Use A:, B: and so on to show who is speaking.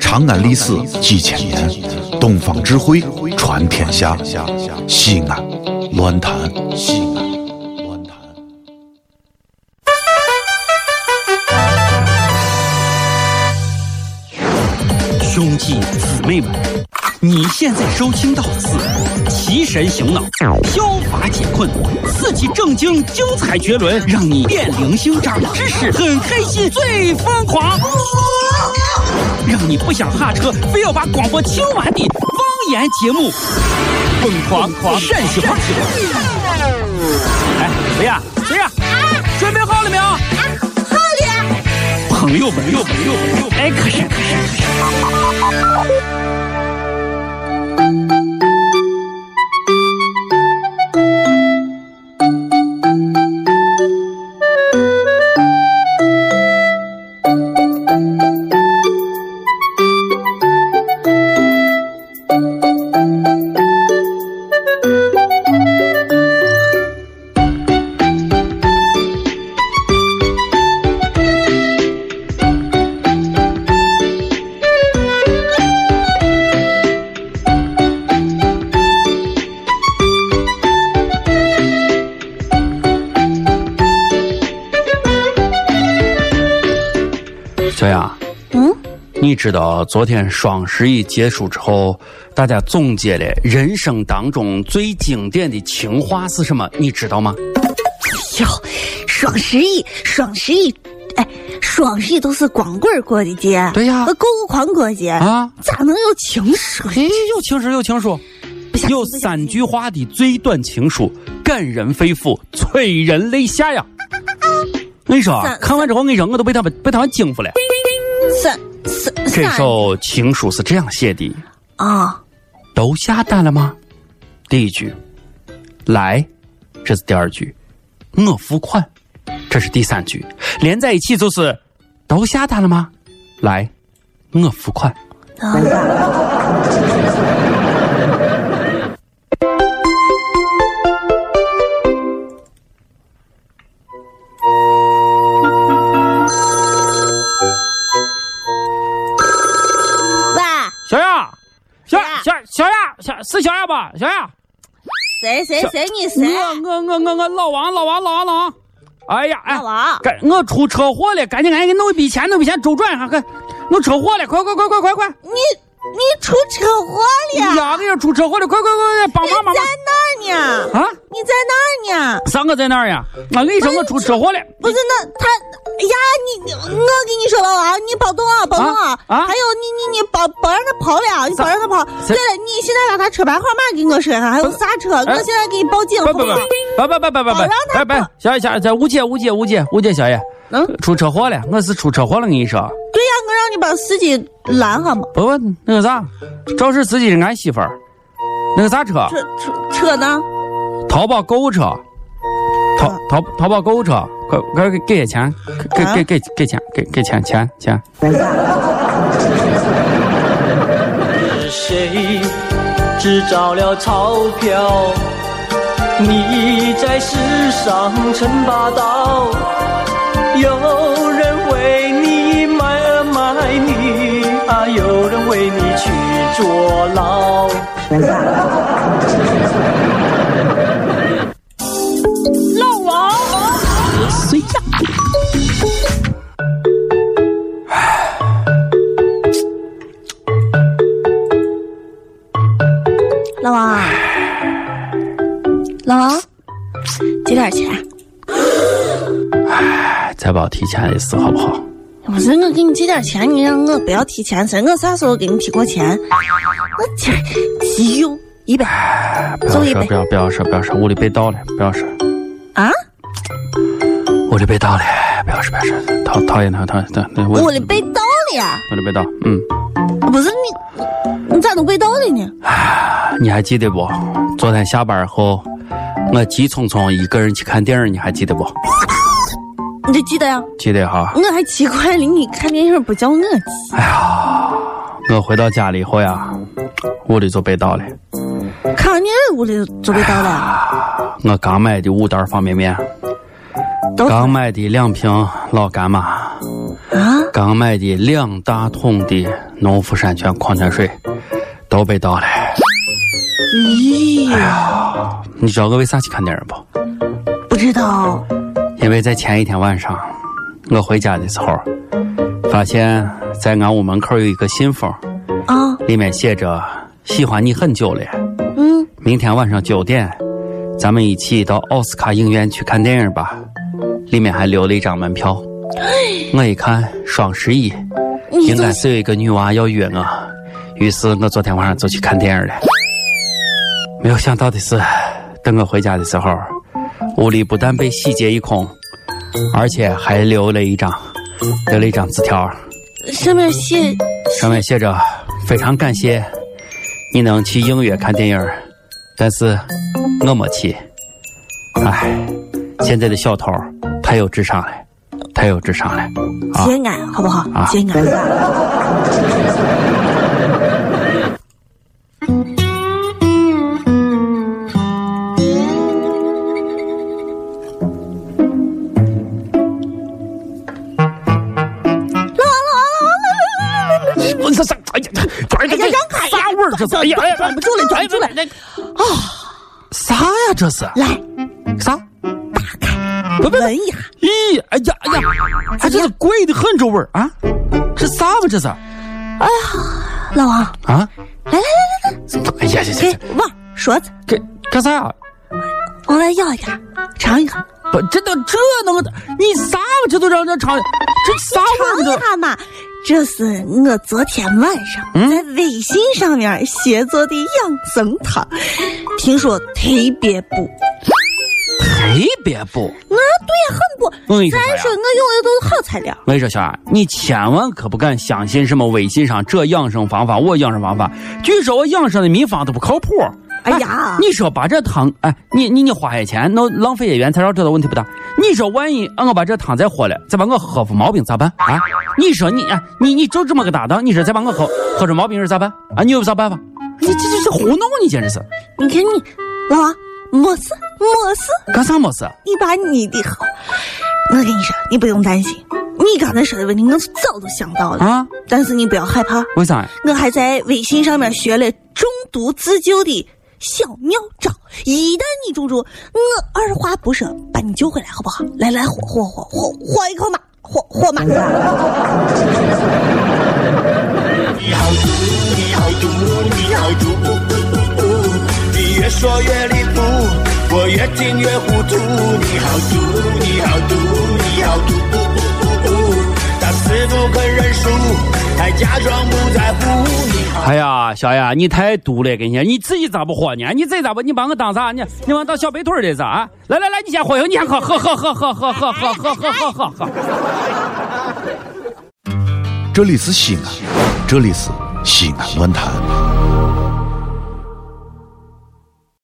A: 长安历史几千年，东方智慧传天下。西安，乱谈西安，乱谈。
B: 兄弟姊妹们，你现在收听到的是提神醒脑、消乏解困、刺激正经、精彩绝伦，让你变零星长知识，很开心，最疯狂，让你不想下车，非要把广播听完的方言节目，疯狂狂陕西话。哎，谁呀？谁呀？准备好了没有？
C: 啊
B: 朋友们，朋友们，朋友们，朋友们哎，可是可是。
C: 小雅，
D: 嗯，
C: 你知道昨天双十一结束之后，大家总结了人生当中最经典的情话是什么？你知道吗？
D: 哟，双十一，双十一，哎，双十一都是光棍儿过的节，
C: 对呀
D: 呃购物狂过节
C: 啊，
D: 咋能有情书？
C: 哎，有情书，有情书，
D: 不相信
C: 有三句话的最短情书，感人肺腑，催人泪下呀！我跟你说啊
D: 三，
C: 看完之后，我跟你说，我都被他们被他们惊服了。
D: 三三
C: 这
D: 三
C: 首情书是这样写的：
D: 啊，
C: 都下单了吗？第一句，来，这是第二句，我付款，这是第三句，连在一起就是都下单了吗？来，我付款。
D: 喂，
C: 小雅，小
D: 呀
C: 小小雅，小是小雅吧？小雅，
D: 谁谁
C: 小嗯
D: 谁你谁？啊
C: 我我我我我老王老王老王老王，哎呀哎
D: 老，王，
C: 赶我出车祸了，赶紧赶紧给弄一笔钱，弄一笔钱周转一下，快，弄车祸了，快快快快快快！
D: 你你出车祸了？
C: 呀，给人出车祸了，快快快快，帮忙帮
D: 在
C: 忙
D: 哪儿呢？
C: 啊！
D: 你在哪儿呢？
C: 啥我在那儿呀？我跟你说，我出车祸了。
D: 不是那他，哎呀，你你我跟你说了啊，你保重啊，保重啊！
C: 啊啊
D: 还有你你你保保让他跑了，你保让他跑。
C: 这
D: 对了，你现在把他车牌号码给我说一下，还有啥车？
C: 哎
D: 我现在给你报警，
C: 不不不
D: 好吗
C: 不不不不不不，拜拜，小野小野，误解误解误解误解，小野，
D: 嗯，
C: 出车祸了，我是出车祸了，跟你说，
D: 对呀，我让你把司机拦下嘛。
C: 不不那个啥，肇事司机是俺媳妇儿，那个啥车，
D: 车车车呢？
C: 淘宝购物车，淘淘淘宝购物车，快快给给些钱，给给给给钱，给给钱钱钱，
E: 是谁制造了钞票？你在世上称霸道，有人为你买啊买你啊，有人为你去坐牢。
D: 老王，老王，老王，几点钱？
C: 再把我提钱一次好不好？
D: 不是我给你寄点钱，你让我不要提钱噻？我啥时候给你提过钱？我天，急用一百
C: 哎不
D: 送一
C: 要说
D: 杯
C: 不要不要说不要说，屋里被盗了，不要说。
D: 啊！
C: 我这被盗了，不要说不要说，讨讨厌他，讨厌他，那
D: 我的被盗了呀！啊
C: 我的被盗，嗯，
D: 不是你，你你咋能被盗了呢？
C: 你还记得不？昨天下班后，我急匆匆一个人去看电影，你还记得不？
D: 你得记得呀！
C: 记得哈。
D: 我还奇怪了，你看电影不叫我记，
C: 我回到家里以后呀，屋里就被盗了，
D: 看完电影屋里就被盗了。
C: 我刚买的五袋方便面，
D: 都
C: 刚买的两瓶老干妈，
D: 哦啊，
C: 刚买的两大桶的农夫山泉矿泉水都被盗了。
D: 咦，
C: 你知道我为啥去看电影不？
D: 不知道
C: 因为在前一天晚上，我回家的时候，发现在俺屋门口有一个信封，
D: 啊，
C: 里面写着“喜欢你很久了”。
D: 嗯，
C: 明天晚上九点，咱们一起到奥斯卡影院去看电影吧。里面还留了一张门票。我一看双十一，
D: 你
C: 应
D: 怎么
C: 该是有一个女娃要约我，于是我昨天晚上就去看电影了。没有想到的是，等我回家的时候，屋里不但被洗劫一空，而且还留了一张，留了一张纸条，
D: 上面写
C: 上面写着：“非常感谢你能去映月看电影，但是我没去。”唉，现在的小偷太有智商了，太有智商了。
D: 节哀，好不好？
C: 啊
D: 节哀。
C: 我这这，哎呀，转
D: 哎呀，让开！
C: 啥味儿这是？哎呀，哎呀，哎
D: 管不住了，管不住了，
C: 啥呀这是？
D: 来
C: 啥？
D: 闻一下，
C: 咦，哎呀哎呀，还真是贵的很这味儿啊！
D: 哎
C: 这啥吧这是？
D: 老王，
C: 啊？
D: 来来来来来，
C: 哎呀呀
D: 给
C: 呀！
D: 旺勺子，
C: 这干啥呀？
D: 往外要一点，尝一口，
C: 不，这都这能你啥吧？这都让人尝，这啥味
D: 尝
C: 儿
D: 一下嘛。这是我昨天晚上
C: 嗯
D: 在微信上面学做的养生汤，听说特别补。
C: 这特别补。
D: 啊，对呀，很补。
C: 我跟你说
D: 咱
C: 啥呀
D: 说我用的都是好材料。
C: 我跟你说，小二，你千万可不敢相信什么微信上这养生方法，我养生方法。据说我养生的秘方都不靠谱。啊
D: 哎呀
C: 你说把这汤，哎，你你你花些钱，那浪费些原材料，这都问题不大。你说万一啊我把这汤再喝了，再把我喝出毛病咋办啊？你说你哎，你你就这么个搭档，你说再把我喝喝出毛病是咋办啊？你有啥办法？你这这这胡弄你简直是，
D: 你看你，老王，没事没事，
C: 干啥没事？
D: 你把你的好。我跟你说，你不用担心，你刚才说的问题我是早都想到了
C: 啊
D: 但是你不要害怕，
C: 为啥呀？
D: 我还在微信上面学了中毒自救的小妙招，一旦你中毒，我二话不说把你救回来，好不好？来来，火火火火火一口马，火火马。
F: 你好毒，你好毒，呜呜呜呜！你越说越离谱，我越听越糊涂。你好毒，你好毒，你好毒，呜呜呜呜！他死不肯认输，还假装不在乎。你好。
C: 哎呀，小雅，你太毒了，跟你讲，你自己咋不喝呢？你自己咋不？你把我当啥？你你把我当小白腿儿的是啊？来来来，你先喝哟，你先喝，喝喝喝喝喝喝喝喝喝喝喝喝。
A: 这里是西安，这里是西安乱坛。